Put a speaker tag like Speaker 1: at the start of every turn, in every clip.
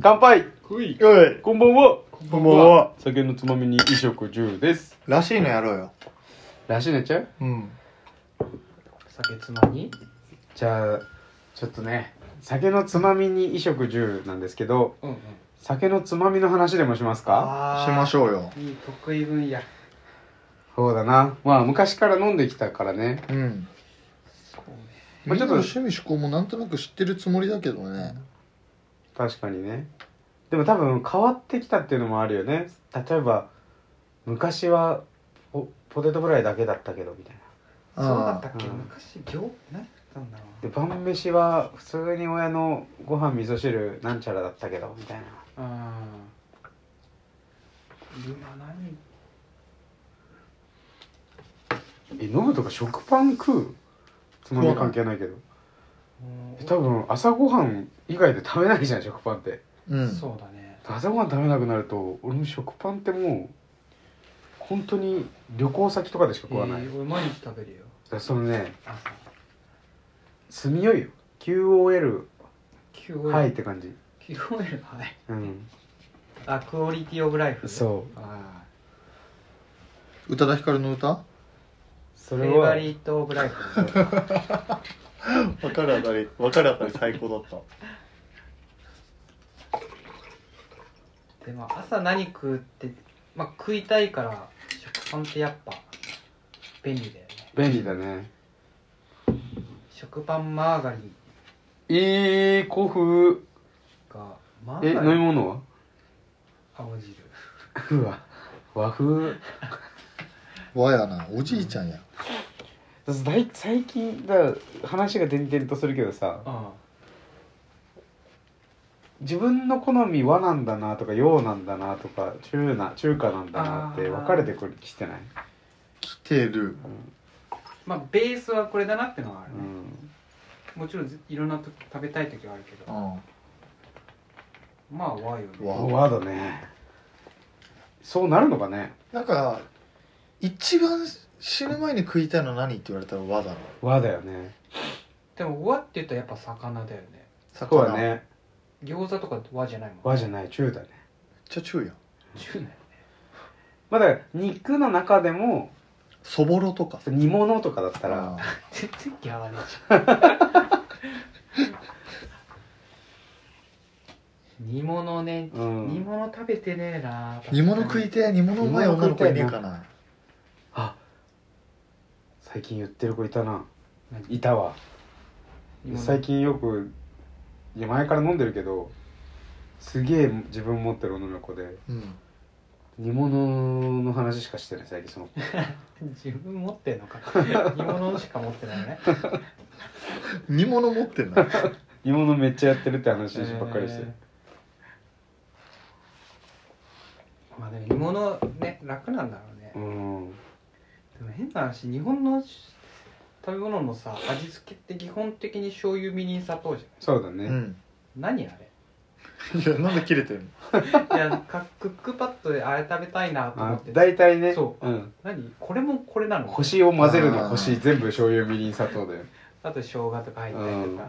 Speaker 1: 乾杯
Speaker 2: ふい
Speaker 3: おい
Speaker 1: こんばんは
Speaker 3: こんばんは
Speaker 1: 酒のつまみに衣食住です。
Speaker 3: らしいのやろうよ
Speaker 1: らしいなっちゃう
Speaker 3: うん
Speaker 1: 酒つまみじゃあ、ちょっとね、酒のつまみに衣食住なんですけど、
Speaker 2: うんうん
Speaker 1: 酒のつまみの話でもしますか
Speaker 2: あ
Speaker 3: しましょうよ
Speaker 2: ういい得意分野
Speaker 1: そうだな。まあ、昔から飲んできたからね。
Speaker 3: うん
Speaker 2: そうね
Speaker 1: まあ
Speaker 3: みん
Speaker 1: ちょ
Speaker 3: な
Speaker 1: っ
Speaker 3: の
Speaker 1: と
Speaker 3: 趣味嗜好もなんとなく知ってるつもりだけどね
Speaker 1: 確かにね。でも多分変わってきたっていうのもあるよね。例えば、昔はポポテトフライだけだったけど、みたいな。
Speaker 2: そうだったっけ
Speaker 1: うん
Speaker 2: 昔行何食ったんだろう
Speaker 1: で、晩飯は普通に親のご飯味噌汁なんちゃらだったけど、みたいな。
Speaker 2: あー今何
Speaker 1: え、飲むとか食パン食うつまみ関係ないけど。
Speaker 2: もう
Speaker 1: 多分朝ごはん以外で食べないじゃん食パンって
Speaker 3: うん
Speaker 2: そうだね
Speaker 1: 朝ごはん食べなくなると俺も食パンってもう本当に旅行先とかでしか
Speaker 2: え
Speaker 1: 食わない、だ
Speaker 2: ー、俺毎日食べるよ
Speaker 1: からそのね
Speaker 2: 朝
Speaker 1: 住みよいよ QOL
Speaker 2: 9
Speaker 1: はいって感じ
Speaker 2: キロメーターはい。
Speaker 1: うん
Speaker 2: あ、クオリティオブライフ。。
Speaker 1: そう
Speaker 2: あ
Speaker 3: 宇多田ヒカルの歌わ
Speaker 1: そ
Speaker 2: そ
Speaker 1: れ
Speaker 2: れは。
Speaker 1: は
Speaker 2: フェイバリットオブライフ。
Speaker 3: かるあたりわかるあたり最高だった
Speaker 2: でも朝何食うって、まあ食いたいから食パンってやっぱ便利だよね。
Speaker 1: 便利だね
Speaker 2: 食パンマーガリン
Speaker 1: えー、古風
Speaker 2: がマ
Speaker 1: え
Speaker 2: ー
Speaker 1: 飲
Speaker 2: ガ
Speaker 1: み
Speaker 2: リン
Speaker 1: 物は
Speaker 2: 青汁。
Speaker 1: うわ和風
Speaker 3: わやなおじいちゃんや
Speaker 1: だい最近だ話が点々とするけどさ
Speaker 2: あ
Speaker 1: 自分の好み和なんだなとか洋なんだなとか中な中華なんだなって分かれてくるきてない
Speaker 3: 来てる
Speaker 2: あ。まあベースはこれだなってのはあるね。
Speaker 1: うん
Speaker 2: もちろんいろんなと食べたい時はあるけ
Speaker 3: う
Speaker 2: ど、
Speaker 3: ん
Speaker 2: まあ和よね。
Speaker 3: 和
Speaker 1: 和だねそうなるのかね
Speaker 3: なんか一番死ぬ前に食いたいの何って言われたら和だろ
Speaker 1: 和だよね
Speaker 2: でも和って言ったらやっぱ魚だよね。
Speaker 1: そう
Speaker 3: 魚
Speaker 1: だ
Speaker 3: めっ
Speaker 1: ね
Speaker 2: 餃子とか和じゃないもん。
Speaker 1: 和じゃない中だね
Speaker 3: ちゃ中や
Speaker 2: 中だよね。
Speaker 1: まあだから肉の中でも
Speaker 3: そぼろとかさ
Speaker 1: 煮物とかだったら
Speaker 2: 全然ギャラねえじゃん 煮物ね、
Speaker 1: うん
Speaker 2: 煮物食べてねえな
Speaker 3: 煮物食いてえ煮物うまい女の子いねえかな
Speaker 1: あ最近言ってる子いたな
Speaker 2: 何
Speaker 1: いたわ
Speaker 2: 煮物
Speaker 1: 最近よくいや前から飲んでるけどすげえ自分持ってる女の子で
Speaker 3: うん
Speaker 1: 煮物の話しかしてない最近その子
Speaker 2: 自分持ってん のか煮物しか持ってないのね
Speaker 3: 煮物持ってんな
Speaker 1: 煮物めっちゃやってるって話ばっかりして、
Speaker 2: えーまあでも煮物ね楽なんだろうね、
Speaker 1: うん
Speaker 2: でも変な話日本のし食べ物のさ味付けって基本的に醤油みりん砂糖じ
Speaker 1: そうだ
Speaker 3: う
Speaker 1: ね、
Speaker 3: ん
Speaker 2: ゃない何あれ
Speaker 3: いやなんで切れてるの
Speaker 2: いやかクックパッドであれ食べたいなと思
Speaker 1: あ
Speaker 2: って
Speaker 1: 大体ね、
Speaker 2: そう
Speaker 1: ん、
Speaker 2: 何これもこれなの
Speaker 1: 星を混ぜる
Speaker 3: あ
Speaker 1: の
Speaker 3: ー
Speaker 1: 星全部醤油みりん砂糖だよ
Speaker 2: あと生姜とか入ったりとか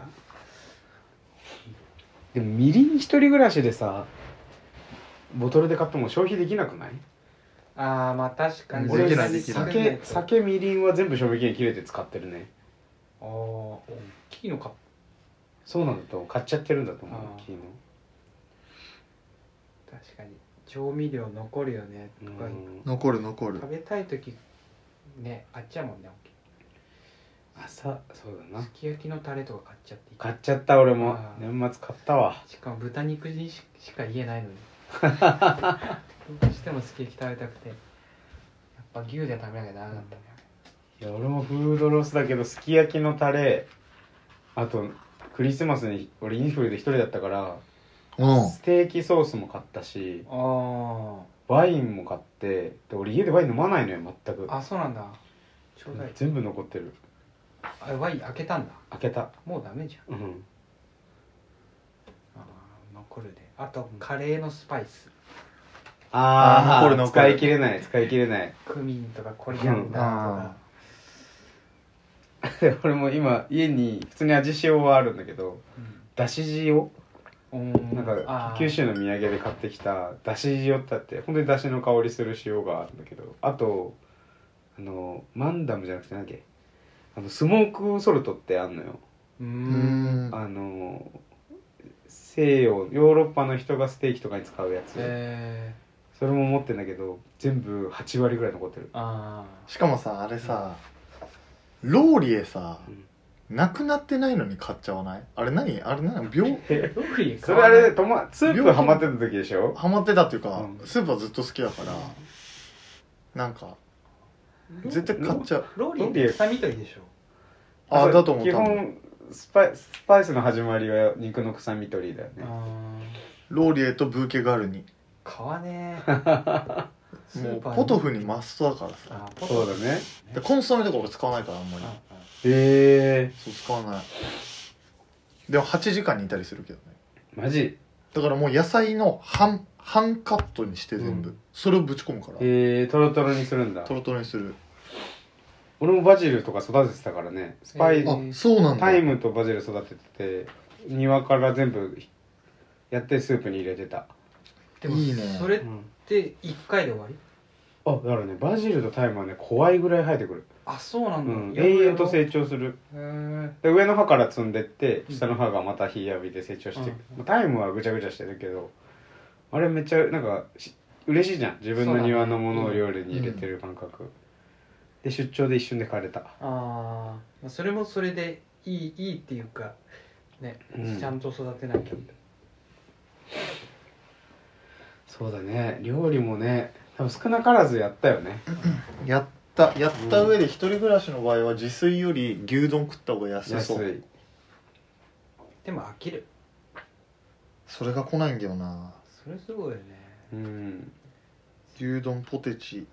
Speaker 1: でもみりん一人暮らしでさボトルで買っても消費できなくない
Speaker 2: ああまあ確かに
Speaker 3: でき
Speaker 1: 俺
Speaker 3: ないできない
Speaker 1: 酒酒みりんは全部賞味期限切れて使ってるね
Speaker 2: ああ大きいのか
Speaker 1: そうなんだと思う買っちゃってるんだと思う
Speaker 2: あー
Speaker 1: 昨日
Speaker 2: 確かに調味料残るよねとか、
Speaker 1: うん
Speaker 3: 残る残る
Speaker 2: 食べたい時ねあっちやもんね
Speaker 1: 朝そうだな
Speaker 2: すき焼きのタレとか買っちゃっていい
Speaker 1: 買っちゃった俺も
Speaker 2: あー
Speaker 1: 年末買ったわ
Speaker 2: しかも豚肉にししか言えないのにどうしてもすき焼き食べたくてやっぱ牛で食べなきゃダメだったね
Speaker 1: いや俺もフードロスだけどすき焼きのタレあとクリスマスに俺インフルで一人だったから
Speaker 3: うん
Speaker 1: ステーキソースも買ったし
Speaker 2: あー
Speaker 1: ワインも買ってで俺家でワイン飲まないのよ全く
Speaker 2: あそうなんだちょうだい
Speaker 1: 全部残ってる
Speaker 2: あワイン開けたんだ
Speaker 1: 開けた
Speaker 2: もうダメじゃん
Speaker 1: うん
Speaker 2: あー残るであとカレーのスパイス
Speaker 3: あ
Speaker 1: あ
Speaker 3: ー残る
Speaker 1: あ
Speaker 3: 残る
Speaker 1: 使い切れない使い切れない
Speaker 2: クミンとかコリアンダーとか、
Speaker 1: 俺も今家に普通に味塩はあるんだけどだし塩
Speaker 2: うん
Speaker 1: なんか
Speaker 2: あー
Speaker 1: 九州の土産で買ってきただし塩ってあって本当にだしの香りする塩があるんだけどあとあのマンダムじゃなくて何だっけあのスモークソルトってあんのよ、
Speaker 2: うー
Speaker 3: うんん
Speaker 1: あの西洋ヨーロッパの人がステーキとかに使うやつ、
Speaker 2: え
Speaker 1: それも持ってんだけど全部8割ぐらい残ってる
Speaker 2: ー、あ
Speaker 3: しかもさあれさローリエさなくなってないのに買っちゃわないあれ何あれ何病
Speaker 2: あ よく言う
Speaker 1: それあれとまスープハマってた時でしょ
Speaker 3: ハマってたっていうか、
Speaker 1: うん
Speaker 3: スープはずっと好きだからなんか絶対買っちゃう
Speaker 2: ローリー
Speaker 1: ロー
Speaker 2: っ
Speaker 1: リエ
Speaker 2: て臭み取りでしょ
Speaker 3: あ
Speaker 1: そう
Speaker 3: だと思っ
Speaker 1: 基
Speaker 3: たの
Speaker 1: 本スパイスパイスの始まりは肉の臭み取りだよね
Speaker 2: あ
Speaker 3: ローリエとブーケガールに
Speaker 2: ー買わね え
Speaker 3: もうポトフにマストだからさ
Speaker 2: あーポ
Speaker 1: そ
Speaker 2: ト
Speaker 1: う
Speaker 2: フ
Speaker 1: だね
Speaker 3: でコンソメとか俺使わないからあんまり
Speaker 2: ああ
Speaker 1: へえ
Speaker 3: そう使わないでも8時間煮たりするけどね
Speaker 1: マジ
Speaker 3: だからもう野菜の半半カットにして全部、
Speaker 1: うん
Speaker 3: それをぶち込むから
Speaker 1: へえトロトロにするんだ
Speaker 3: トロトロにする
Speaker 1: 俺もバジルとか育ててたからねスパイ、
Speaker 2: えー
Speaker 3: あそうなんだ
Speaker 1: タイムとバジル育ててて庭から全部やってスープに入れてた
Speaker 2: でも
Speaker 3: いいね
Speaker 2: それっ
Speaker 1: うん
Speaker 2: て一回で終わり
Speaker 1: あだからねバジルとタイムはね怖いぐらい生えてくる、
Speaker 2: あそうな
Speaker 1: うんん、
Speaker 2: だ
Speaker 1: 永遠と成長する
Speaker 2: へー
Speaker 1: で上の歯から摘んでって
Speaker 2: うん
Speaker 1: 下の歯がまた日浴びで成長していく、
Speaker 2: うん
Speaker 1: タイムはぐちゃぐちゃしてるけどあれめっちゃなんかし嬉しいじゃん自分
Speaker 2: そう
Speaker 1: の
Speaker 2: だね
Speaker 1: 庭のものを料理に入れてる感覚、で出張で一瞬で枯れた、
Speaker 2: ああそれもそれでいいいいっていうかね、
Speaker 1: うん
Speaker 2: ちゃんと育てなきゃ
Speaker 1: そうだね料理もね多分少なからずやったよね
Speaker 3: やったやった上で一人暮らしの場合は自炊より牛丼食った方が安
Speaker 1: 安
Speaker 3: そう
Speaker 1: い
Speaker 2: でも飽きる
Speaker 3: それが来ないんだよな
Speaker 2: それすごいよね
Speaker 1: うん
Speaker 3: 牛丼ポテチ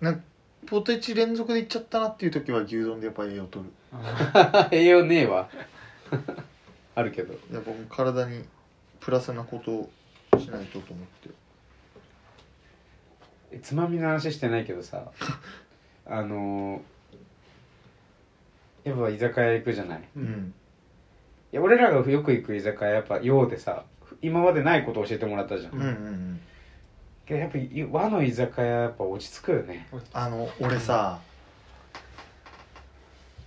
Speaker 3: なんかポテチ連続でいっちゃったなっていう時は牛丼でやっぱ栄養取る
Speaker 2: あ
Speaker 1: 栄養ねえわ あるけど
Speaker 3: やっぱもう体にプラスなことをしないとと思って
Speaker 1: えつまみの話してないけど さあのーやっぱ居酒屋行くじゃない
Speaker 2: ーう
Speaker 3: うんん
Speaker 1: いや俺らがよく行く居酒屋やっぱ洋でさ今までないことを教えてもらったじゃん、
Speaker 3: うんうんうん
Speaker 1: けどやっぱ和の居酒屋やっぱ落ち着くよね
Speaker 3: あの俺さ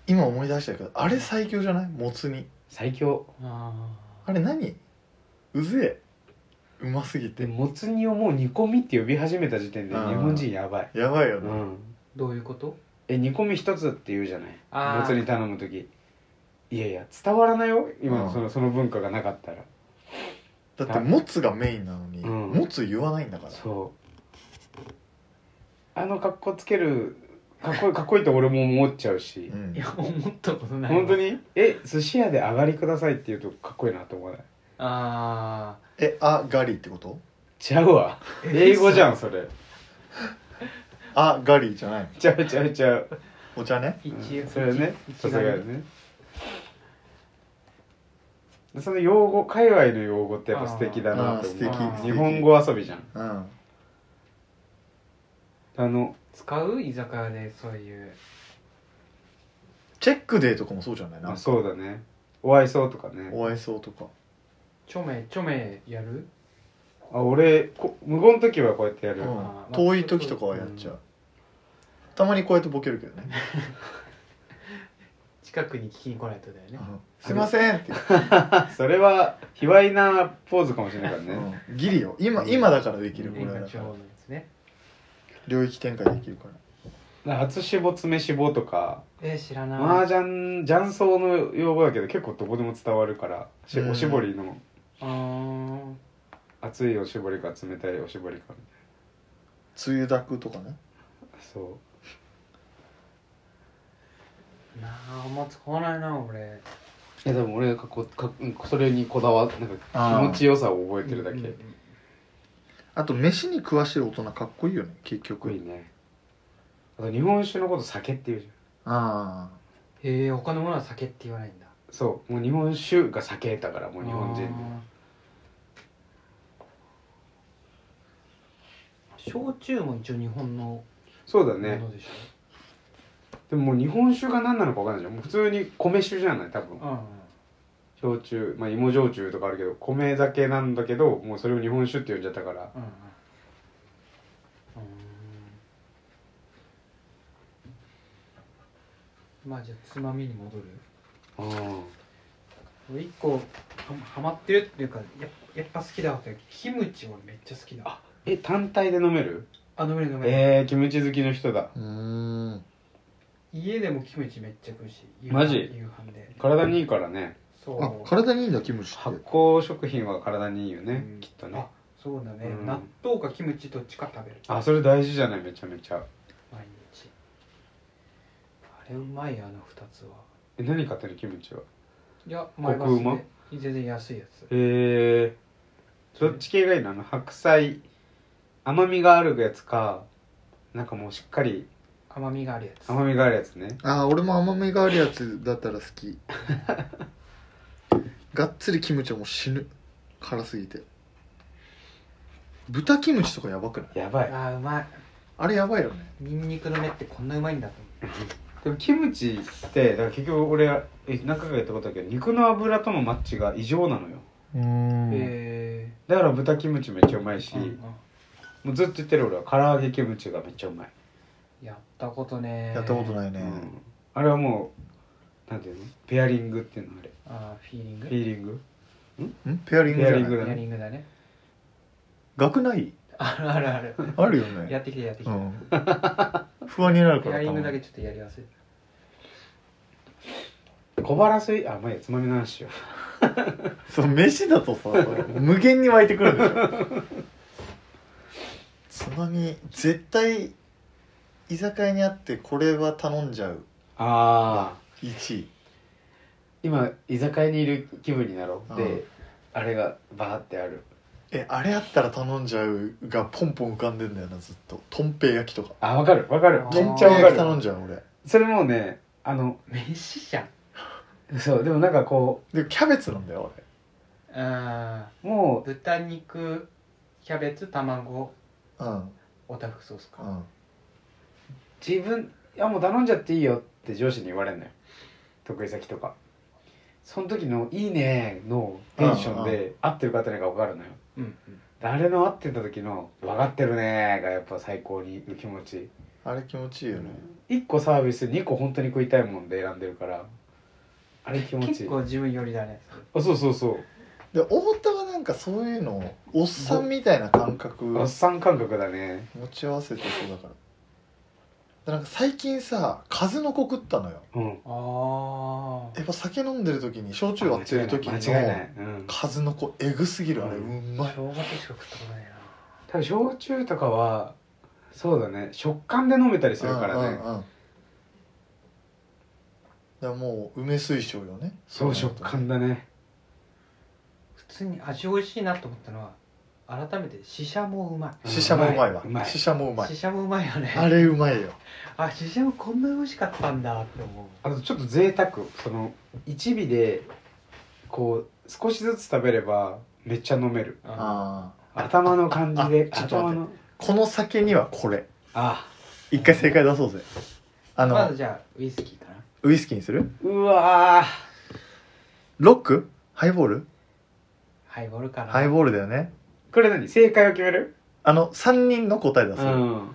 Speaker 3: 今思い出したけどあれ最強じゃないもつ煮
Speaker 1: 最強
Speaker 2: あ
Speaker 3: あれ何うぜえうますぎ
Speaker 1: で
Speaker 3: て
Speaker 1: もつ煮をもう煮込みって呼び始めた時点で日
Speaker 3: うん
Speaker 1: 本人やばい、
Speaker 3: やばいよ
Speaker 1: う
Speaker 3: ね、
Speaker 1: ん、
Speaker 2: ーどういうこと
Speaker 1: え煮込み一つって言うじゃない
Speaker 2: あー
Speaker 1: もつ煮頼む時いやいや伝わらないよ今
Speaker 3: う
Speaker 1: の
Speaker 3: ん
Speaker 1: そのその文化がなかったら
Speaker 3: だってもつがメインなのに、
Speaker 1: うん
Speaker 3: もつ言わないんだから
Speaker 1: そうあの格好つけるかっこいいかっこいいと俺も思っちゃうし
Speaker 3: う、ん
Speaker 2: いや思ったことないわ
Speaker 1: 本当にえ寿司屋で上がりくださいって言うとかっこいいなと思わない
Speaker 2: あ
Speaker 3: えあガリってこと
Speaker 1: ちゃうわ
Speaker 2: あ
Speaker 1: 英語じゃんそれ
Speaker 3: あガリじゃないの
Speaker 1: ちゃうちゃうちゃう
Speaker 3: お茶ね
Speaker 2: 一
Speaker 1: それね
Speaker 2: 一
Speaker 1: さすがよねその用語界隈の用語ってやっぱ素敵だなと思
Speaker 3: あーあー素
Speaker 1: う
Speaker 2: 敵
Speaker 1: 日本語遊びじゃん
Speaker 3: うん
Speaker 1: あの
Speaker 2: 使う居酒屋でそういう
Speaker 3: チェックデーとかもそうじゃないな
Speaker 1: あそうだねお会いそうとかね
Speaker 3: お会いそうとか
Speaker 2: ちょめちょめやる
Speaker 1: あ俺こ無言の時はこうやってやる、
Speaker 3: うん
Speaker 2: あー
Speaker 3: 遠い時とかはやっちゃう、たまにこうやってボケるけどね
Speaker 2: 近くに聞きに来ないとだよね
Speaker 3: 「すいません」って
Speaker 1: それは卑猥なポーズかもしれないからね、
Speaker 3: うんギリよ今今だからできる
Speaker 1: うん
Speaker 3: 俺ら
Speaker 2: 今
Speaker 3: だ
Speaker 2: 地
Speaker 3: か
Speaker 2: 方の
Speaker 3: ら
Speaker 2: やつね
Speaker 3: 領域展開できるから
Speaker 1: 初志望詰め志望とか
Speaker 2: えー知らない
Speaker 1: 麻雀雀荘の用語だけど結構どこでも伝わるからし
Speaker 3: うん
Speaker 1: おしぼりの
Speaker 2: あー
Speaker 1: 熱いおしぼりか冷たいおしぼりかみ
Speaker 3: 梅雨だくとかね
Speaker 1: たいなそ
Speaker 2: なああんま使わないな俺
Speaker 1: ういやでも俺がこかそれにこだわってなん
Speaker 3: あ
Speaker 1: か
Speaker 3: ー
Speaker 1: 気持ちよさを覚えてるだけ
Speaker 2: うんうん
Speaker 1: か
Speaker 2: うん
Speaker 3: あと飯に詳しい大人かっこいいよね結
Speaker 1: っこいい
Speaker 3: 局
Speaker 1: ねあと日本酒のこと酒って言うじゃん
Speaker 3: ああ
Speaker 2: へえ他のものは酒って言わないんだ
Speaker 1: そうもう日本酒が酒だからもう日本人
Speaker 2: あー焼酎も一応日本のも
Speaker 1: そうだね
Speaker 2: のでしょ、
Speaker 1: でももう日本酒が何なのか分かんないじゃんもう普通に米酒じゃない多分
Speaker 2: うんうん
Speaker 1: 焼酎まあ芋焼酎とかあるけど米酒なんだけどもうそれを日本酒って呼んじゃったから
Speaker 2: うんうんうんまあじゃあつまみに戻る
Speaker 1: うん
Speaker 2: 俺一個ははまってるっていうかやっやっぱ好きだわってキムチ俺めっちゃ好きだあ
Speaker 1: え単体で飲める
Speaker 2: あ飲める飲める、
Speaker 1: えー、キムチ好きの人だ
Speaker 3: うん
Speaker 2: 家でもキムチめっちゃ食うし夕飯
Speaker 1: マジ
Speaker 2: 夕飯で
Speaker 1: 体にいいからね
Speaker 2: そう
Speaker 3: あ体にいいんだキムチっ
Speaker 1: 発
Speaker 3: て
Speaker 1: 酵食品は体にいいよね、
Speaker 2: うん
Speaker 1: きっとね
Speaker 2: あそうだね、
Speaker 1: うん
Speaker 2: 納豆かキムチどっちか食べる
Speaker 1: あそれ大事じゃないめちゃめちゃ
Speaker 2: 毎日あれうまいよあの二つは
Speaker 1: え何買ってるキムチはい
Speaker 2: や前バ
Speaker 1: コク
Speaker 2: ス
Speaker 1: うま
Speaker 2: で全然安いやつ
Speaker 1: えー、どっち系がいいのあの白菜甘みがあるやつかなんかもうしっかり
Speaker 2: 甘みがあるやつ
Speaker 1: 甘みがあるやつね
Speaker 3: あー俺も甘みがあるやつだったら好 きがっつりキムチはもう死ぬ辛すぎて豚キムチとかやばくない
Speaker 1: やばい
Speaker 2: あーうまい
Speaker 3: あれやばいよね
Speaker 2: ニンニクの芽ってこんなうまいんだと
Speaker 1: でもキムチってだから結局俺え何回かやったことあるけど肉の油とのマッチが異常なのよ
Speaker 3: うん
Speaker 2: 思うへ
Speaker 1: だから豚キムチめっちゃうまいし、
Speaker 2: え、うんうん
Speaker 1: もうずっと言ってる俺は唐揚げキムチがめっちゃうまい、
Speaker 2: やったことね
Speaker 3: やったことないね、
Speaker 1: うん、あれはもうなんていうのペアリングっていうのあれ
Speaker 2: あーフィーリング
Speaker 1: フィーリング
Speaker 3: んペアリングじゃ
Speaker 1: ペアリン
Speaker 3: な
Speaker 1: グ
Speaker 3: い
Speaker 1: だね
Speaker 2: フィーリングだね
Speaker 3: 額ない
Speaker 2: あるあるある
Speaker 3: あるよね
Speaker 2: やってきてやってき
Speaker 3: う
Speaker 2: て、
Speaker 3: ん 不安になる
Speaker 2: フ
Speaker 3: か
Speaker 2: ィ
Speaker 3: ら
Speaker 2: アリングだけ
Speaker 3: た
Speaker 2: ちょっとやりやすい
Speaker 1: 小腹すいあまあいいやつまみの話しよ
Speaker 3: まにそう飯だとさ無限に湧いてくるでしょつまみ絶対居酒屋にあってこれは頼んじゃう
Speaker 1: ああ
Speaker 3: 1位
Speaker 1: 今居酒屋にいる気分になろう、
Speaker 3: うん
Speaker 1: であれがバーってある
Speaker 3: えあれあったら頼んじゃうがポンポン浮かんでんだよなずっととんぺい焼きとか
Speaker 1: あわかるわかる
Speaker 2: あ
Speaker 1: め
Speaker 3: と
Speaker 2: ー
Speaker 1: っ
Speaker 3: ん
Speaker 1: ち
Speaker 3: ぺ
Speaker 1: ゃ
Speaker 3: い
Speaker 1: わか
Speaker 3: 焼き頼ん
Speaker 1: る
Speaker 3: じゃう俺
Speaker 1: それもうねあの
Speaker 2: 飯じゃん
Speaker 1: そうでもなんかこ
Speaker 3: でキャベツなんだよ俺
Speaker 2: あ
Speaker 1: うも
Speaker 2: ー豚肉キャベツ卵
Speaker 3: うん
Speaker 2: オタフクソースか、
Speaker 3: うん
Speaker 1: う自分いやもう頼んじゃっていいよって上司に言われるのよ得意先とかその時の「いいね」のテンション
Speaker 3: う
Speaker 1: で合ってるか合ってないか分かるのよ
Speaker 2: うん
Speaker 1: 誰の合ってた時の「分かってるね」がやっぱ最高にいい気持ちいい
Speaker 3: あれ気持ちいいよね
Speaker 1: 1個サービス2個本当に食いたいもんで選んでるからあれ気
Speaker 2: うん、
Speaker 1: 持ちい
Speaker 2: 結
Speaker 1: い
Speaker 2: 構自分寄りだね
Speaker 1: あそうそうそう
Speaker 3: で太田はなんかそういうのをおっさんみたいな感覚
Speaker 1: おっさん感覚だね
Speaker 3: 持ち合わせてそうだからでなんか最近さ数の子食ったのよ
Speaker 1: うん
Speaker 2: ああ
Speaker 3: やっぱ酒飲んでる時に焼酎割ってる時
Speaker 1: 間違いない間違いな
Speaker 3: の
Speaker 1: い、うん、
Speaker 3: 数の子えぐすぎるあれう
Speaker 1: うん
Speaker 3: まい
Speaker 2: 生姜としか食ったことないな
Speaker 1: 多分焼酎とかはそうだね食感で飲めたりするからね、
Speaker 3: うんうんうんだからもう梅水晶よね
Speaker 1: そう
Speaker 3: なる
Speaker 1: 食
Speaker 3: と
Speaker 1: 感だね
Speaker 2: 普通に味美味しいなと思ったのは改めてシシャモうま
Speaker 3: シシャもうまいわ
Speaker 1: うまい
Speaker 3: シシャもうま
Speaker 2: いシ
Speaker 3: い
Speaker 2: シャモうまいよね
Speaker 3: あれうまいよ
Speaker 2: あシシャモこんな美味しかったんだって思
Speaker 1: あとちょっと贅沢その一尾でこう少しずつ食べればめっちゃ飲める
Speaker 2: うあ
Speaker 3: ああ
Speaker 1: 頭の感じで
Speaker 3: あちょっと
Speaker 1: 頭
Speaker 3: 待って
Speaker 1: の
Speaker 3: この酒にはこれ
Speaker 1: あ
Speaker 3: 一回正解出そうぜあの、
Speaker 2: まずじゃあウイスキーかな
Speaker 3: ウイスキーにする
Speaker 1: うわ
Speaker 3: ロックハイボール
Speaker 2: ハイボールかな
Speaker 3: ハイ
Speaker 2: ー
Speaker 3: ボールだよね
Speaker 1: ーこれ何正解を決める
Speaker 3: あの3人の答え出す、
Speaker 1: ん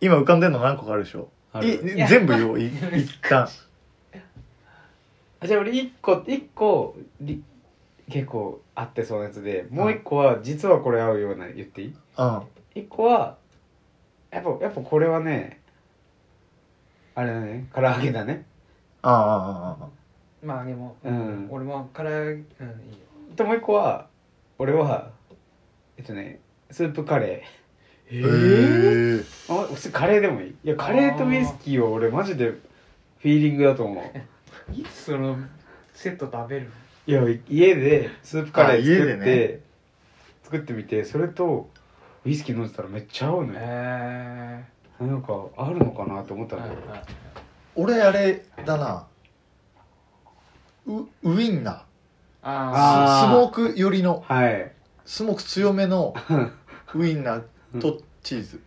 Speaker 3: 今浮かんでるの何個かあるでしょ
Speaker 1: あ
Speaker 3: い
Speaker 1: る
Speaker 2: や
Speaker 3: 全部言おうい一旦
Speaker 1: あじゃあ俺一個一個り結構合ってそうなやつでもう一個は実はこれ合うような言っていい
Speaker 3: うん
Speaker 1: 一個はやっぱやっぱこれはねあれだね唐揚げだね
Speaker 3: あああああ
Speaker 2: ルまあでも、
Speaker 1: うん
Speaker 2: 俺もからうんいいよ
Speaker 1: でもう一個は俺はえっとねスープカレ
Speaker 2: え
Speaker 3: え
Speaker 1: ー
Speaker 3: ー、
Speaker 1: ーあ普通カレーでもいいいやカレーとウイスキーは俺マジでフィーリングだと思う
Speaker 2: いつそのセット食べる
Speaker 1: いや家でスープカレー作っ
Speaker 3: あ
Speaker 1: て、
Speaker 3: 家で
Speaker 1: 作ってみてそれとウイスキー飲んでたらめっちゃ合うのよ
Speaker 2: え
Speaker 1: なんかあるのかなと思った
Speaker 2: ー、
Speaker 1: んだけど
Speaker 2: はいはい
Speaker 3: 俺あれだなウウインナー
Speaker 2: あ
Speaker 1: あー
Speaker 3: ススモーク寄りの
Speaker 1: はい
Speaker 3: スモーク強 めのウインナーとチーズ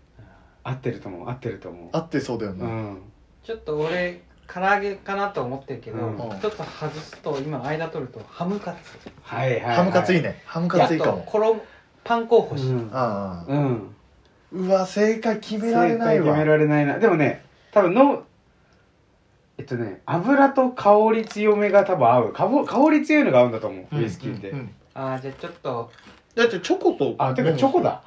Speaker 2: あ
Speaker 1: 合ってると思う合ってると思う
Speaker 3: 合ってそうだよ
Speaker 1: う
Speaker 3: ね
Speaker 1: ん
Speaker 2: ちょっと俺唐揚げかなと思ってるけど、
Speaker 1: うん
Speaker 2: 一つ外すと今間取るとハムカツ
Speaker 1: はいはい、はい、
Speaker 3: ハムカツいいねハムカツいいか
Speaker 2: あと
Speaker 3: も
Speaker 2: 衣パン候補し、
Speaker 1: うん、
Speaker 3: ああ
Speaker 1: うん、
Speaker 3: うわ正解決められない
Speaker 1: 正解
Speaker 3: わ
Speaker 1: 決められないなでもね多分のえっとね油と香り強めが多分合うかぼ香り強いのが合うんだと思う、
Speaker 3: うん
Speaker 1: ウイスキーって、
Speaker 3: うん
Speaker 2: ああじゃあちょっと
Speaker 3: だってチョコと
Speaker 1: あてかチョコだ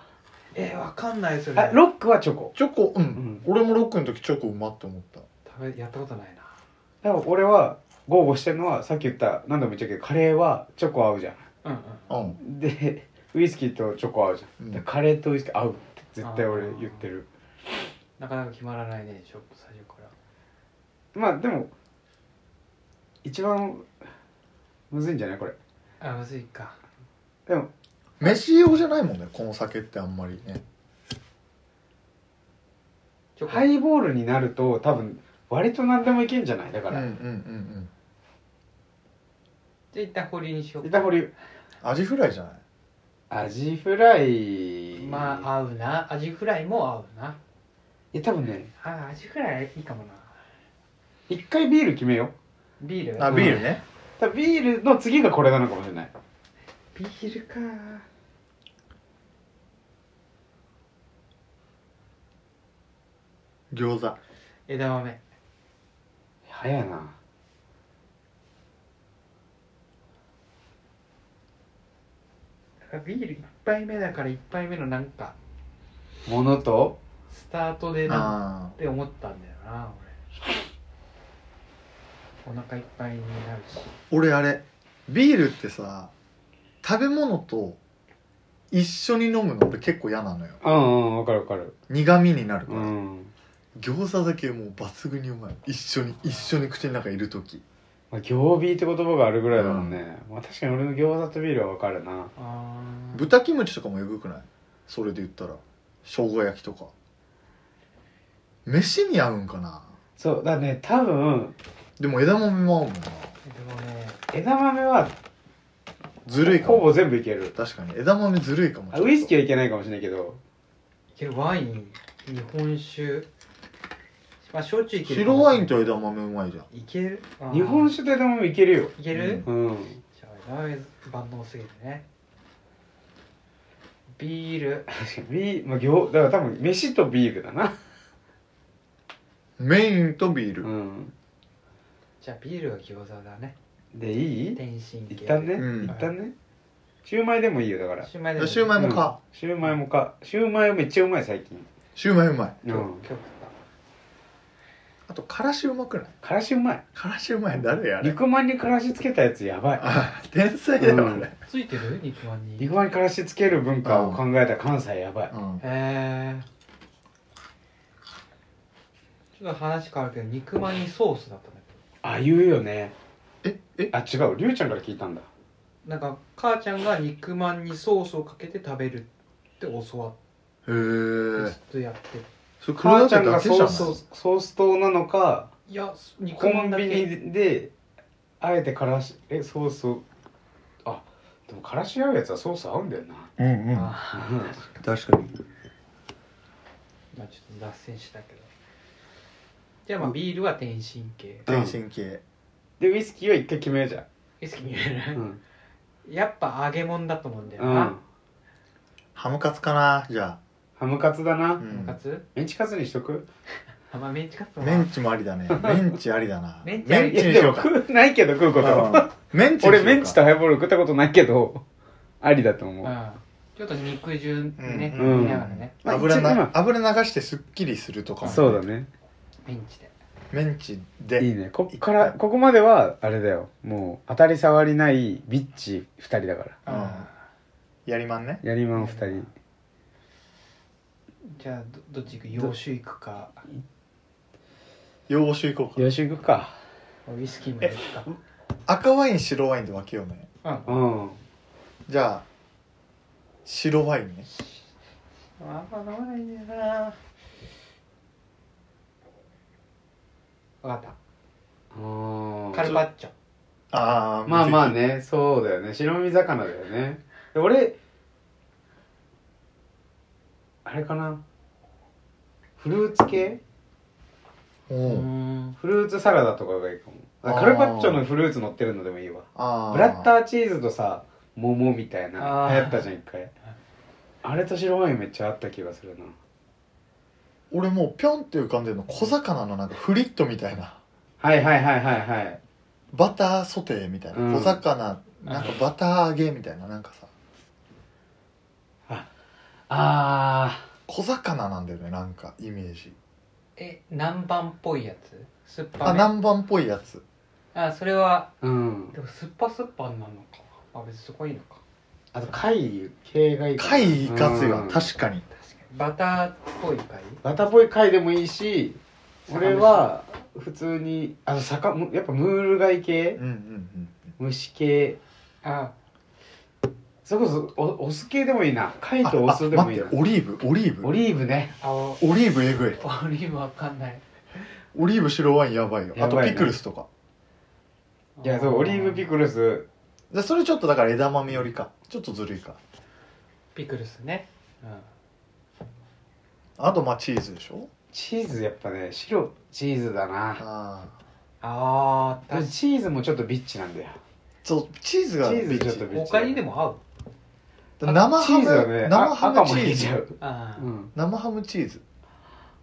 Speaker 2: えー、わかんないそれ
Speaker 1: あロックはチョコ
Speaker 3: チョコうん、
Speaker 1: ん
Speaker 3: 俺もロックの時チョコうまって思った
Speaker 2: 食べやったことないな
Speaker 1: 多分俺は豪語してるのはさっき言った何度も言っちゃうけどカレーはチョコ合うじゃ
Speaker 2: うんうん
Speaker 3: うん
Speaker 1: んでウイスキーとチョコ合うじゃん、
Speaker 3: うん
Speaker 1: だからカレーとウイスキー合うって絶対俺言ってる
Speaker 2: なかなか決まらないねちょっと最初から
Speaker 1: まあでも一番むずいんじゃないこれ
Speaker 2: あむずいか
Speaker 1: でも
Speaker 3: 飯用じゃないもんねこの酒ってあんまりね
Speaker 2: チョコ、
Speaker 1: ハイボールになると多分割と何でもいけんじゃないだ
Speaker 3: う
Speaker 1: か
Speaker 3: んうんう
Speaker 1: ら、
Speaker 3: んうん
Speaker 2: じゃあ一旦保留にしよう
Speaker 1: 板堀
Speaker 3: アジフライじゃない
Speaker 1: アジフライ
Speaker 2: ま
Speaker 1: あ
Speaker 2: あ合うなアジフライも合うない
Speaker 1: や多分ね
Speaker 2: あーアジフライいいかもな
Speaker 1: 一回ビール決めよう
Speaker 2: ビール
Speaker 3: あビールね、
Speaker 1: 多分ビールの次がこれなのかもしれない
Speaker 2: ビールか
Speaker 3: 餃子
Speaker 2: 枝豆
Speaker 1: 早いな
Speaker 2: ビール一杯目だから一杯目のなんか
Speaker 1: ものと
Speaker 2: スタートでな
Speaker 3: あ
Speaker 2: って思ったんだよな俺お腹いっぱいになるし
Speaker 3: あ俺あれビールってさ食べ物と一緒に飲むの俺結構嫌なのよ
Speaker 1: うんうんわかるわかる
Speaker 3: 苦味になるか
Speaker 1: う
Speaker 3: ら、
Speaker 1: ん、
Speaker 3: 餃子だけもう抜群にうまい一緒に一緒に口の中いる時
Speaker 1: まあ、行ビーって言葉があるぐらいだもんね、まあ、確かに俺の餃子とビールはわかるな
Speaker 2: あー
Speaker 3: 豚キムチとかもえぐくないそれで言ったら生姜焼きとか飯に合うんかな
Speaker 1: そうだね多分
Speaker 3: でも枝豆も合うもんな
Speaker 2: でもね
Speaker 1: 枝豆は
Speaker 3: ずるいか
Speaker 1: ほ
Speaker 3: も
Speaker 1: ぼ全部いける
Speaker 3: 確かに枝豆ずるいかも
Speaker 1: あウイスキー
Speaker 3: ー
Speaker 1: はいけないかもしれないけど
Speaker 2: いけるワイン日本酒まあ焼酎いける
Speaker 3: 白ワイン
Speaker 2: と
Speaker 3: と枝豆うまいじゃん
Speaker 2: いけるあー
Speaker 1: 日本酒と枝豆いけるよ
Speaker 2: いける、
Speaker 3: うん
Speaker 1: うん
Speaker 2: じゃあ枝豆万能すぎるねビール
Speaker 1: 確かにビー、まあ、行だから多分飯とビールだな
Speaker 3: メインとビー
Speaker 1: う
Speaker 3: ル
Speaker 1: ん
Speaker 2: じゃあビールは餃子だね
Speaker 1: でいい
Speaker 2: 天津系
Speaker 1: 一旦ね、
Speaker 3: うん
Speaker 1: 一旦ねシューマイでもいいよだから
Speaker 2: シューマイで
Speaker 3: シューマイもか、
Speaker 1: うんシューマイもかシューマイめっちゃうまい最近
Speaker 3: シューマイうまい
Speaker 1: うん
Speaker 2: 今日今日食っ
Speaker 3: あとからしうまくない
Speaker 1: からしうまい
Speaker 3: からしうまい誰やあれ
Speaker 1: 肉まんにからしつけたやつやばい
Speaker 3: あ天才だよ、
Speaker 1: うん
Speaker 3: あれ
Speaker 2: たついてる肉まんに
Speaker 1: 肉まんにからしつける文化を考えた関西やばい、
Speaker 3: うん
Speaker 2: へえちょっと話変わるけど肉まんにソースだったんだけ
Speaker 1: あ言うよね
Speaker 3: ええ
Speaker 1: あ違うりゅうちゃんから聞いたんだ
Speaker 2: どなんか母ちゃんが肉まんにソースをかけて食べるって教
Speaker 3: へ
Speaker 2: わって
Speaker 3: え
Speaker 2: ずっとやってる
Speaker 3: それ
Speaker 1: 母
Speaker 3: 黒
Speaker 1: ちゃ
Speaker 3: 田
Speaker 1: ん
Speaker 3: 家
Speaker 1: が
Speaker 3: だけじ
Speaker 1: ソー
Speaker 3: ゃない
Speaker 1: スソース糖なのか
Speaker 2: いや肉
Speaker 1: コ
Speaker 2: まん
Speaker 1: ン
Speaker 2: だ
Speaker 1: ビ
Speaker 2: け
Speaker 1: ニであえてからしえソースをあでもからし合うやつはソース合うんだよな
Speaker 3: うんうん
Speaker 2: あー
Speaker 3: 確かに
Speaker 2: まあちょっと脱線したけどじゃあまあビールは天津系
Speaker 1: うん
Speaker 3: 天津系
Speaker 1: でウイスキーは一回決めようじゃ
Speaker 2: 好き見える
Speaker 1: ん、うん
Speaker 2: やっぱ揚げ物だと思うんだよ
Speaker 1: うん
Speaker 2: な、
Speaker 3: ハムカツかなじゃ
Speaker 1: ハムカツだな、
Speaker 3: あ、う
Speaker 2: とんか
Speaker 3: ん、
Speaker 2: つ
Speaker 1: メンチカツにしとく
Speaker 2: あまあメンチカツも
Speaker 3: メンチもありだ ねメンチありだな
Speaker 2: メンチあ
Speaker 3: メ
Speaker 2: り
Speaker 3: ン
Speaker 1: い
Speaker 3: チ
Speaker 1: や
Speaker 3: にし
Speaker 1: で
Speaker 3: よ
Speaker 1: も
Speaker 3: うか
Speaker 1: 食うないけど食うこと
Speaker 3: うんメンチにしようか
Speaker 1: 俺メンチとハイボール食ったことないけどありだと思
Speaker 2: う
Speaker 1: うん
Speaker 2: ちょっと肉汁ね、
Speaker 3: うん
Speaker 2: 見ながらね
Speaker 1: まあ
Speaker 3: 油
Speaker 1: 一応
Speaker 3: な
Speaker 1: 今
Speaker 3: 油流してすっきりするとかも
Speaker 1: そうだね
Speaker 2: メンチで
Speaker 3: メンチ
Speaker 1: いい
Speaker 3: で
Speaker 1: ねこっからここまではあれだよもう当たり障りないビッチ2人だから
Speaker 3: うんやりまんね
Speaker 1: やりまん2人
Speaker 2: じゃあどどっち行く洋酒行くか
Speaker 3: 洋酒行こうか
Speaker 1: よし行くか
Speaker 2: ウイスキーも行くか
Speaker 3: 赤ワイン白ワインで分けようね
Speaker 2: うん
Speaker 1: うん
Speaker 3: じゃあ白ワインね
Speaker 2: あんま飲まないんだよな分かっ
Speaker 1: うん
Speaker 2: たカルパッチョ
Speaker 3: ああ
Speaker 1: まあまあねそうだよね白身魚だよねで俺あれかなフルーツ系
Speaker 2: う
Speaker 3: おう
Speaker 2: ー
Speaker 1: フルーツサラダとかがいいかもあ
Speaker 3: あー
Speaker 1: カルパッチョのフルーツ乗ってるのでもいいわ
Speaker 3: あ
Speaker 1: ブラッタ
Speaker 3: ー
Speaker 1: ーチーズとさ桃みたいな
Speaker 2: あー
Speaker 1: 流行ったじゃん一回あれと白ワインめっちゃあった気がするな
Speaker 3: 俺もうピョンって浮かんでるの小魚のなんかフリットみたいな
Speaker 1: はいはいはいはいはい
Speaker 3: バターソテーみたいな、
Speaker 1: うん
Speaker 3: 小魚なんかバター揚げみたいななんかさ
Speaker 1: あ
Speaker 3: 小魚なんだよねなんかイメージ
Speaker 2: え南蛮っぽいやつ酸っ
Speaker 3: あ
Speaker 2: ぱめあ
Speaker 3: 南蛮っぽいやつ
Speaker 2: それは
Speaker 1: ーうん
Speaker 2: でも酸っぱ酸っぱになるのかあ別にすごいのか
Speaker 1: あと貝系がいいかな
Speaker 3: 貝いかつい
Speaker 1: うん
Speaker 3: わ確かに
Speaker 2: 確かにバターっぽい貝
Speaker 1: バタっぽい貝でもいいし俺は普通にあの魚むやっぱムール貝系
Speaker 3: うんうんうん
Speaker 1: 虫系
Speaker 2: あ
Speaker 1: それこそおお酢系でもいいな貝
Speaker 3: ああ
Speaker 1: とお酢でもいいな
Speaker 3: 待ってオリーブオリーブ
Speaker 1: オリーブね
Speaker 2: 青
Speaker 3: オリーブえぐい
Speaker 2: オリーブわかんない
Speaker 3: オリーブ白ワインやばいよ
Speaker 1: や
Speaker 3: あと
Speaker 1: ばいね
Speaker 3: ピクルスとか
Speaker 1: いやそうオリーブピクルス
Speaker 3: でそれちょっとだから枝豆よりかちょっとずるいか
Speaker 2: ピクルスね、うん、
Speaker 3: あとまあチーズでしょ
Speaker 1: チーズやっぱね白チーズだな
Speaker 3: ああ
Speaker 2: あー
Speaker 1: でも
Speaker 2: 確
Speaker 1: チーズもちょっとビッチなんだよ
Speaker 3: そうチーズが
Speaker 1: チーズちょっ
Speaker 3: ビ
Speaker 1: とビッ
Speaker 3: ッ
Speaker 2: かに
Speaker 1: チ
Speaker 2: 他にでも合う
Speaker 3: チ
Speaker 1: チ
Speaker 3: 生ハ
Speaker 1: ーズは
Speaker 3: ム、
Speaker 1: ね
Speaker 3: 生
Speaker 1: あ
Speaker 3: ハ
Speaker 1: 赤
Speaker 3: ム
Speaker 1: も
Speaker 3: チ
Speaker 1: 入れ
Speaker 3: ー
Speaker 1: ち
Speaker 3: ズ
Speaker 1: ゃう
Speaker 2: あー、
Speaker 1: うん
Speaker 3: 生ハムチーズ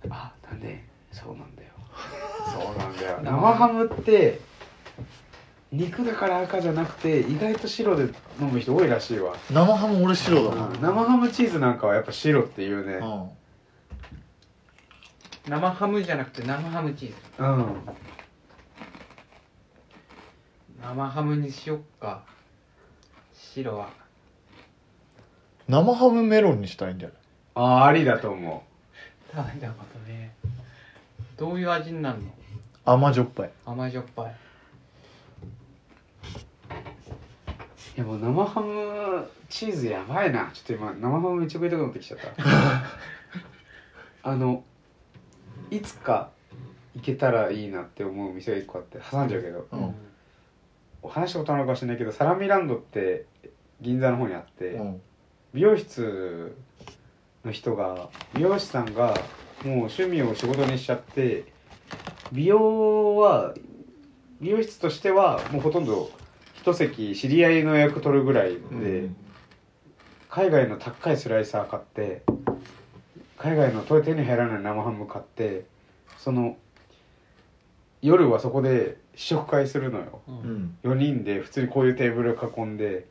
Speaker 1: あなんでそうなんだよそうなんだよ
Speaker 2: 生
Speaker 1: 生ハムって肉だから赤じゃなくて意外と白で飲む人多いらしいわ、
Speaker 3: 生ハム俺白だな
Speaker 1: うん生ハムチーズなんかはやっぱ白っていうね
Speaker 3: うん
Speaker 2: 生ハムじゃなくて生ハムチーズ
Speaker 1: うん、
Speaker 2: 生ハムにしよっか白は
Speaker 3: 生ハムメロンにしたいんじゃない
Speaker 1: ああありだと思
Speaker 2: 食べたことねどういう味になるの
Speaker 3: 甘じょっぱい
Speaker 2: 甘じょっぱいう
Speaker 1: いやもう生ハムチーズやばいなちょっと今生ハムめっちゃ食いたくなってきちゃった あのいつか行けたらいいなって思う店が一個あって挟んじゃうけど
Speaker 3: うん
Speaker 1: お話したことあるのかもしれないけどサラミランドって銀座の方にあって、
Speaker 3: うん
Speaker 1: 美容室の人が美容師さんがもう趣味を仕事にしちゃって美容は美容室としてはもうほとんど一席知り合いの予約取るぐらいで、
Speaker 3: うん
Speaker 1: 海外の高いスライサー買って海外のと手に入らない生ハム買ってその夜はそこで試食会するのよ。
Speaker 2: うん
Speaker 3: う、ん
Speaker 1: 4人で普通にこういうテーブル囲んで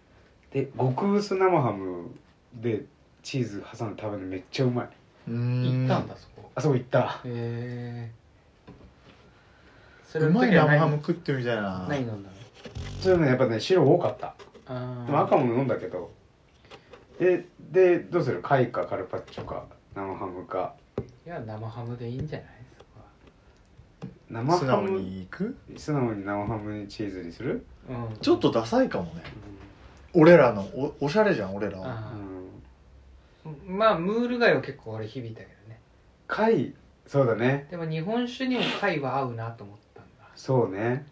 Speaker 1: で極薄生ハムでチーズ挟んで食べるのめっちゃうまい
Speaker 2: 行
Speaker 3: 行
Speaker 2: ったんだそこ
Speaker 1: あそこ行った
Speaker 2: へえそうの
Speaker 3: まい
Speaker 2: 時は
Speaker 3: 生
Speaker 2: 何
Speaker 3: ハム食ってみたいな
Speaker 2: 何飲んだの
Speaker 1: そういうのやっぱね白多かった
Speaker 2: あー
Speaker 1: でも赤も飲んだけどででどうする貝かカルパッチョか生ハムか
Speaker 2: いや生ハムでいいんじゃないそこ
Speaker 1: 生
Speaker 3: 素
Speaker 1: ハ
Speaker 3: 直
Speaker 1: ム
Speaker 3: に行く
Speaker 1: 素直に生ハムにチーズにする、
Speaker 2: はうん
Speaker 3: ちょっとダサいかもね俺らのおおしゃれじゃん俺らは
Speaker 1: う
Speaker 2: あ
Speaker 1: ん、
Speaker 2: ーまあムール貝は結構俺響いたけどね
Speaker 1: 貝そうだね
Speaker 2: でも日本酒にも貝は合うなと思ったんだ
Speaker 1: そうね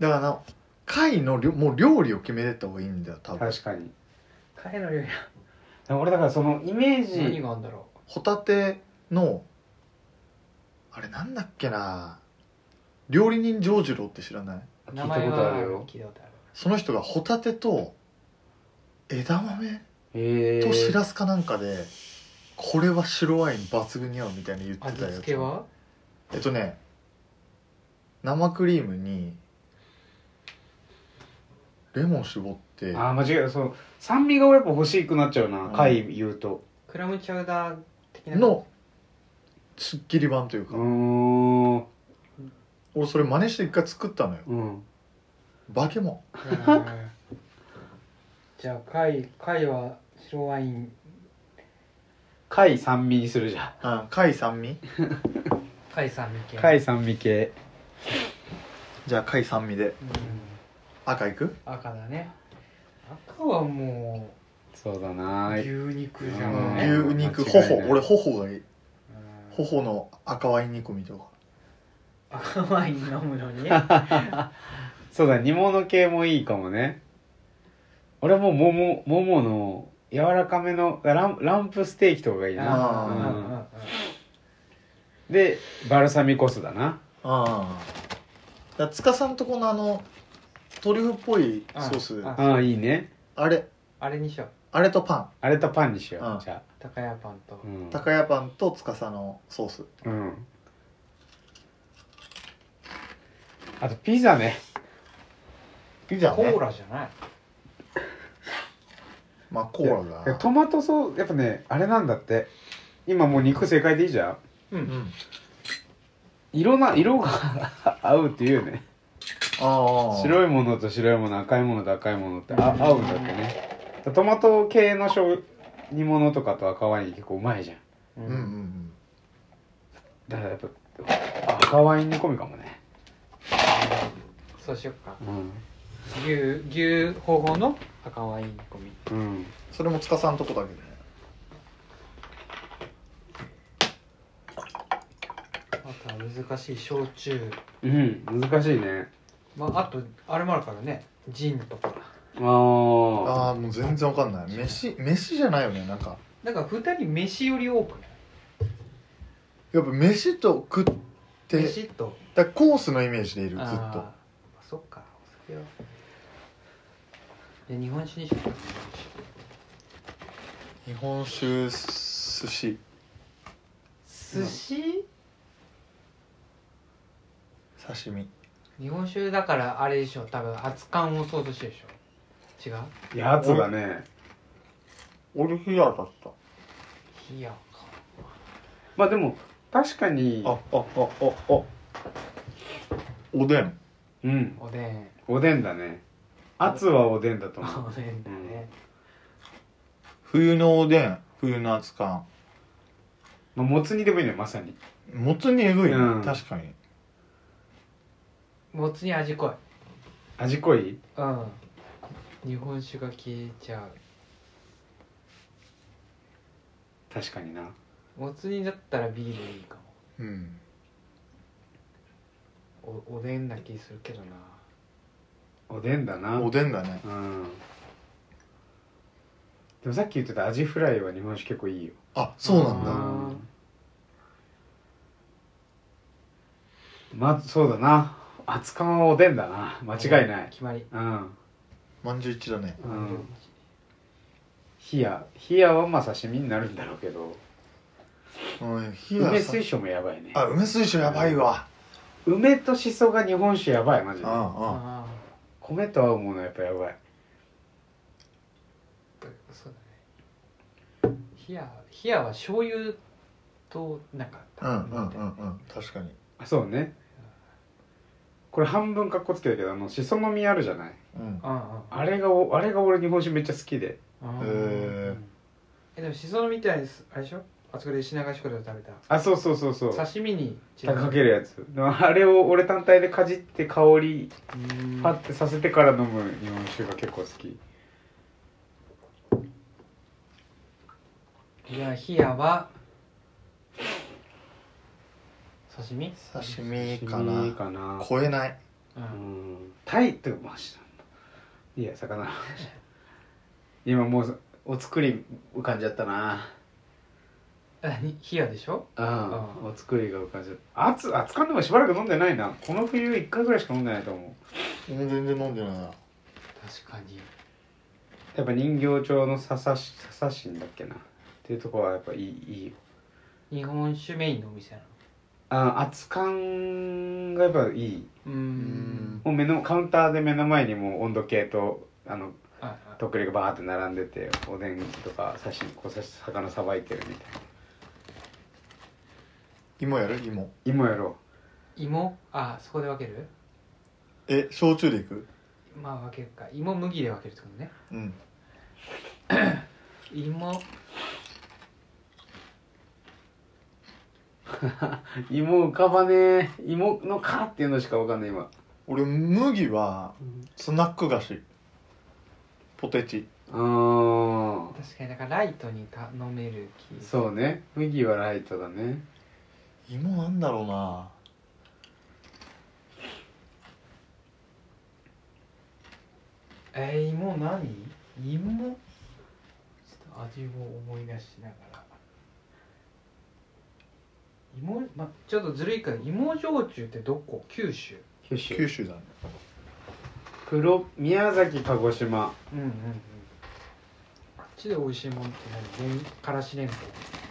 Speaker 3: だからな貝のりょもう料理を決めてった方がいいんだよ多分
Speaker 1: 確かに
Speaker 2: 貝の料理
Speaker 1: でも俺だからそのイメージ
Speaker 2: 何があるんだろ
Speaker 3: ホタテのあれなんだっけな料理人丈次郎って知らないう
Speaker 1: 聞いたことあるよ
Speaker 2: 聞いたことある
Speaker 3: その人がホタテと枝豆
Speaker 1: へえ
Speaker 3: としらすかなんかで、これは白ワイン抜群に合うみたいに言ってた
Speaker 2: 味
Speaker 3: やつ
Speaker 2: 付けは
Speaker 3: えっとね生クリームにレモン絞って
Speaker 1: あー間違えたそう酸味がやっぱ欲しくなっちゃうな、
Speaker 3: うん
Speaker 1: 貝言うと
Speaker 2: クラムチャウダー的な
Speaker 3: のすっきり版という
Speaker 1: う
Speaker 3: か、
Speaker 1: ーんうん
Speaker 3: 俺それ真似して一回作ったのよバケモン
Speaker 2: うんじゃあ貝貝は白ワイン
Speaker 1: 貝酸味にするじゃん
Speaker 3: あ貝酸味
Speaker 2: 貝さんみけ
Speaker 1: 貝酸味系
Speaker 3: じゃあ貝酸味で
Speaker 2: うん
Speaker 3: 赤いく
Speaker 2: 赤だね赤はも
Speaker 1: そうだ
Speaker 2: う
Speaker 1: な
Speaker 2: 牛肉じゃ
Speaker 1: うん
Speaker 2: ん
Speaker 3: 牛
Speaker 2: ね
Speaker 3: 肉
Speaker 1: 間違いない
Speaker 3: 頬俺頬がいい
Speaker 2: うん
Speaker 3: 頬の赤ワイン煮込みとか
Speaker 2: 赤 ワイン飲むのに
Speaker 1: そうだ煮物系もいいかもね俺もう桃桃の柔らかめのランランプステーキとかがいいな
Speaker 3: あー
Speaker 1: うん
Speaker 2: うんうんうん
Speaker 1: でバルサミコ酢だな
Speaker 3: ああだ塚さんとこのあのトリュフっぽいソースあ
Speaker 2: あ
Speaker 1: ああいいね
Speaker 3: れ
Speaker 2: あれにしよう
Speaker 3: あれとパ
Speaker 1: あれとパンにしよう、
Speaker 3: うん
Speaker 1: じゃあ、
Speaker 2: 高屋パンと、
Speaker 1: うん
Speaker 3: ン高屋パンと塚さんのソース
Speaker 1: うんあとピザね
Speaker 3: いいじゃん、
Speaker 2: コ
Speaker 3: ね
Speaker 2: ー、ラじゃない
Speaker 3: まあコーラだな
Speaker 1: トマトソースやっぱねあれなんだって今もう肉正解でいいじゃん
Speaker 2: う
Speaker 3: うんん
Speaker 1: 色な色が合うっていうよね
Speaker 3: ああい
Speaker 1: 白いものと白いもの赤いものと赤いものってあ合うんだってねトマト系の醤煮物とかと赤ワイン結構うまいじゃん
Speaker 3: うん
Speaker 2: う
Speaker 3: うんうん
Speaker 1: だからやっぱあ赤ワイン煮込みかもね
Speaker 2: そうしよっか
Speaker 1: うん
Speaker 2: 牛牛方法の赤ワイン煮込み
Speaker 1: うん
Speaker 3: それも塚さんとこだけどね
Speaker 2: あとは難しい焼酎
Speaker 1: うん難しいね
Speaker 2: まああとあれもあるからねジンとか
Speaker 1: ああ
Speaker 3: ああもう全然わかんない飯飯じゃないよねなんか
Speaker 2: なんか2人飯より多くない
Speaker 3: やっぱ飯と食って
Speaker 2: 飯と
Speaker 3: だからコースのイメージでいるずっ
Speaker 2: あ
Speaker 3: と
Speaker 2: ーそっかお酒はで日本酒にしようか
Speaker 3: 日
Speaker 2: 日本
Speaker 3: 本酒寿司
Speaker 2: 酒寿司
Speaker 3: 刺身
Speaker 2: 日本酒だからあれでしょ多分熱燗を想像してるでしょ違う
Speaker 1: やつだね
Speaker 3: 俺冷やだった
Speaker 2: いやか
Speaker 1: まあでも確かに
Speaker 3: あああああおでん
Speaker 1: うん
Speaker 2: おでん
Speaker 1: おでんだね圧はおでんだと 思う
Speaker 2: おでんだね、
Speaker 3: 冬のおでん冬の熱燗
Speaker 1: まあもつ煮でもいいねまさに
Speaker 3: もつにえぐいね、
Speaker 1: うん
Speaker 3: 確かに
Speaker 2: もつに味濃い
Speaker 1: 味濃い
Speaker 2: うん日本酒が消えちゃ
Speaker 1: 確かにな
Speaker 2: うもつにだったらビールいいか
Speaker 3: うん
Speaker 2: もおおでんな気するけどな
Speaker 1: おでんだな
Speaker 3: おでんだね
Speaker 1: うんでもさっき言ってたアジフライは日本酒結構いいよ
Speaker 3: あそうなん
Speaker 2: あ
Speaker 3: だ
Speaker 2: ー
Speaker 1: まずそうだな熱燗はおでんだな間違いない
Speaker 2: 決まり
Speaker 1: うん
Speaker 3: まんじゅう一だね
Speaker 1: うん冷や冷やはまあ刺身になるんだろうけど
Speaker 3: うん冷や
Speaker 1: 梅
Speaker 3: さ
Speaker 1: 水晶もやばいね
Speaker 3: あ梅水晶やばいわ
Speaker 1: 梅としそが日本酒やばいマジで
Speaker 3: あ
Speaker 2: あ
Speaker 1: 米と合うものやっぱやばい
Speaker 2: あそうだね冷や冷やは醤油となんか
Speaker 3: あうんうんうんうん確かに
Speaker 1: あそうねこれ半分かっこつけだけどあのしその実あるじゃない
Speaker 3: うん
Speaker 2: うんうん
Speaker 1: あれがおあれが俺日本酒めっちゃ好きで
Speaker 2: うん
Speaker 3: え
Speaker 2: えでもしそのみたいですあれでしょあそこで品川宿で食べた
Speaker 1: あそうそうそうそう
Speaker 2: 刺身に
Speaker 1: かけるやつでもあれを俺単体でかじって香り
Speaker 2: うーん
Speaker 1: パッてさせてから飲む日本酒が結構好き
Speaker 2: じゃあ冷やは刺身
Speaker 3: 刺身か
Speaker 1: いい
Speaker 3: な
Speaker 1: かな
Speaker 3: 超えない
Speaker 2: うん
Speaker 1: うんタイってマジなんだいや魚の話今もうお作り浮かんじゃったな
Speaker 2: あに冷やでしょ
Speaker 1: うん
Speaker 2: う
Speaker 1: お作りが浮かんじゃった熱熱燗でもしばらく飲んでないなこの冬1回ぐらいしか飲んでないと思う
Speaker 3: 全然飲んでないな
Speaker 2: 確かに
Speaker 1: やっぱ人形町の笹し笹新だっけなっていうとこはやっぱいいいいよ
Speaker 2: 日本酒メインのお店なの
Speaker 1: あ熱燗がやっぱいいう
Speaker 2: ー
Speaker 3: うん
Speaker 1: もう目のカウンターで目の前にもう温度計とあの
Speaker 2: ああ
Speaker 1: とっくりがバーって並んでておでんとか刺しこう刺し魚さばいてるみたいな
Speaker 3: 芋やる芋
Speaker 1: 今やろ
Speaker 2: 芋あそこで分ける
Speaker 3: え焼酎でいく
Speaker 2: まあ分けるか芋麦で分けるってことね
Speaker 3: うん
Speaker 2: 芋
Speaker 1: う芋浮かばねえ芋の「か」っていうのしかわかんない今
Speaker 3: 俺麦はスナック菓子ポテチ
Speaker 1: あ
Speaker 2: 確かになんかライトにた飲める
Speaker 1: あ
Speaker 2: 気
Speaker 1: そうね麦はライトだね
Speaker 3: 芋なんだろうな
Speaker 2: えー、芋何芋ちょっと味を思い出しながら芋、ま、ちょっとずるいから芋焼酎ってどこ九州
Speaker 1: 九州
Speaker 3: 九州だね
Speaker 1: 黒宮崎鹿児島
Speaker 2: うんうんうんあっちで美味しいもんって何れんからしれんこ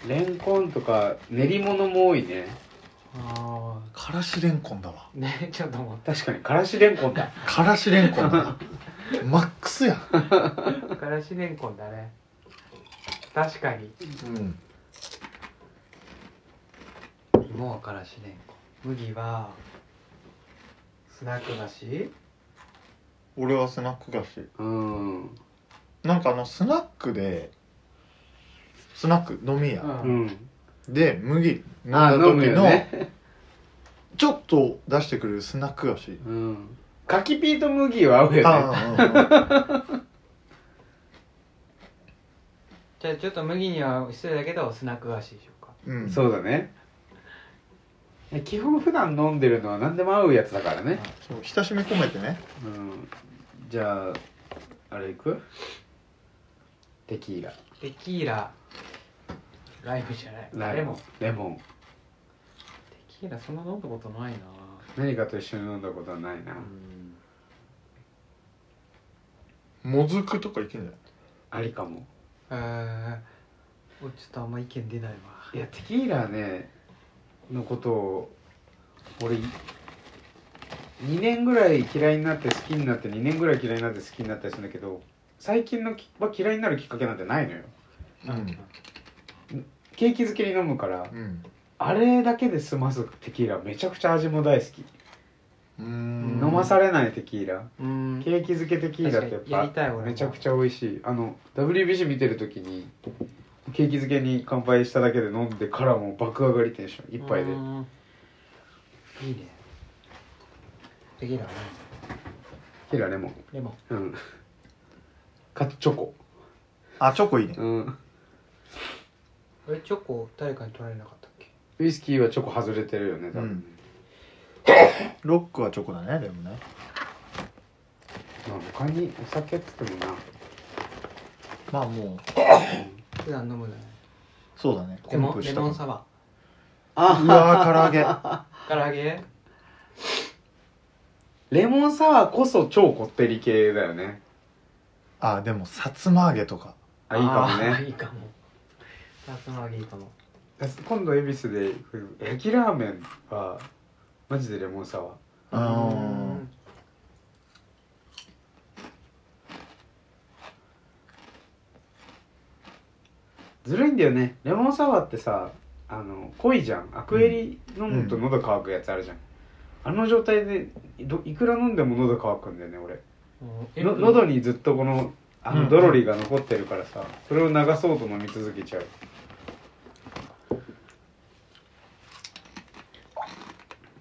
Speaker 2: ん
Speaker 1: レンコンとか練り物も多いね
Speaker 2: ああ
Speaker 3: からしれんこんだわ
Speaker 2: ねちょっと待
Speaker 1: 確かにからしれんこんだ
Speaker 3: からしれんこんだ わマックスやん
Speaker 2: ってからしれんこんだね確かに
Speaker 3: うん
Speaker 2: 芋はからしれんこん麦はスナック菓子
Speaker 3: 俺はスナック菓子
Speaker 1: うん
Speaker 3: なんかあのスナックでスナック飲み屋、
Speaker 1: うん
Speaker 3: で麦飲ん
Speaker 1: あ
Speaker 3: だ
Speaker 1: ー飲
Speaker 3: 時
Speaker 1: むよ
Speaker 3: の、
Speaker 1: ね
Speaker 3: ちょっと出してくれるスナック菓子
Speaker 1: うん柿ピーと麦は合うよね
Speaker 3: ああ
Speaker 2: じゃあちょっと麦には失礼だけどスナック菓子でしょうか
Speaker 3: うん
Speaker 1: そうだね基本普段飲んでるのは何でも合うやつだからね
Speaker 3: そう親しみ込めてね
Speaker 1: うんじゃああれいくテキーラ
Speaker 2: テキーラライムじゃないレモンテ
Speaker 1: レモン
Speaker 2: キーラそんな飲んだことないな
Speaker 1: 何かと一緒に飲んだことはないな、
Speaker 2: うん
Speaker 3: もずくとかいけんじゃない
Speaker 1: ありかも
Speaker 2: えー、おちょっとあんま意見出ないわ
Speaker 1: いやテキーラねのことを俺2年ぐらい嫌いになって好きになって2年ぐらい嫌いになって好きになったりするんだけど最近のきは嫌いになるきっかけなんてないのよ
Speaker 3: うん
Speaker 1: ケーキ漬けに飲むから
Speaker 3: うん
Speaker 1: あれだけで済ますテキーラめちゃくちゃ味も大好き、
Speaker 3: うー
Speaker 2: うん
Speaker 1: 飲まされないテキーラ
Speaker 2: うん
Speaker 1: ケーキ漬けテキーラってやっ
Speaker 2: 確かにやりたい
Speaker 1: ぱ
Speaker 2: 俺も
Speaker 1: めちゃくちゃ美味しいあの WBC 見てる時にケーキ漬けに乾杯しただけで飲んでからもう爆上がりテンション一杯で
Speaker 2: うんいいねテキーラはね
Speaker 1: テキーラレモン
Speaker 2: レモン
Speaker 1: うんかつチョコ
Speaker 3: あチョコいいね
Speaker 1: うん
Speaker 2: あれチョコ誰かに取られなかったっけ
Speaker 1: ウイスキーはチョコ外れてるよね多分、
Speaker 3: うんロックはチョコだねでもね
Speaker 1: まあ他にお酒っつってもな
Speaker 3: まあもう
Speaker 2: 普段飲むのね
Speaker 3: そうだね
Speaker 2: レモンレ
Speaker 3: た
Speaker 2: モンサワ
Speaker 3: うわ唐揚げ
Speaker 2: ー唐揚げ
Speaker 1: レモンサワーこそ超こってり系だよね
Speaker 3: あでもさつま揚げとか
Speaker 1: あいいかも
Speaker 2: あー
Speaker 1: ね
Speaker 2: いいかもさつま揚げいいかも
Speaker 1: 今度恵比寿で焼きラーメンはマジでレモンサワー
Speaker 3: うーん
Speaker 1: ずるいんだよねレモンサワーってさあの濃いじゃんアクエリ飲むと
Speaker 3: うん
Speaker 1: 喉乾くやつあるじゃん、あの状態でどいくら飲んでも喉乾くんだよね俺
Speaker 2: うん
Speaker 1: の喉にずっとこのあ
Speaker 3: う
Speaker 1: の
Speaker 3: ん
Speaker 1: ドロリが残ってるからさそれを流そうと飲み続けちゃう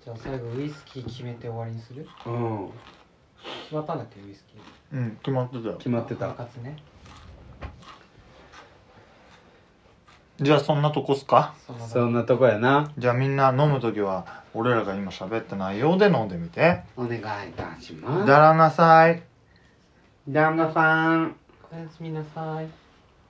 Speaker 2: じゃあ最後ウイスキー決めて終わりにする
Speaker 1: うん
Speaker 2: 決まったんだっけウイスキー
Speaker 3: うん決まってたよ
Speaker 1: 決まってた
Speaker 2: ハンカツね
Speaker 3: じゃあそんなとこっすか
Speaker 2: その
Speaker 1: そんなとこやな
Speaker 3: じゃあみんな飲む時は俺らが今喋った内容で飲んでみて
Speaker 1: お願いいたします
Speaker 3: だらなさい
Speaker 1: 旦那さん
Speaker 2: おやすみなさい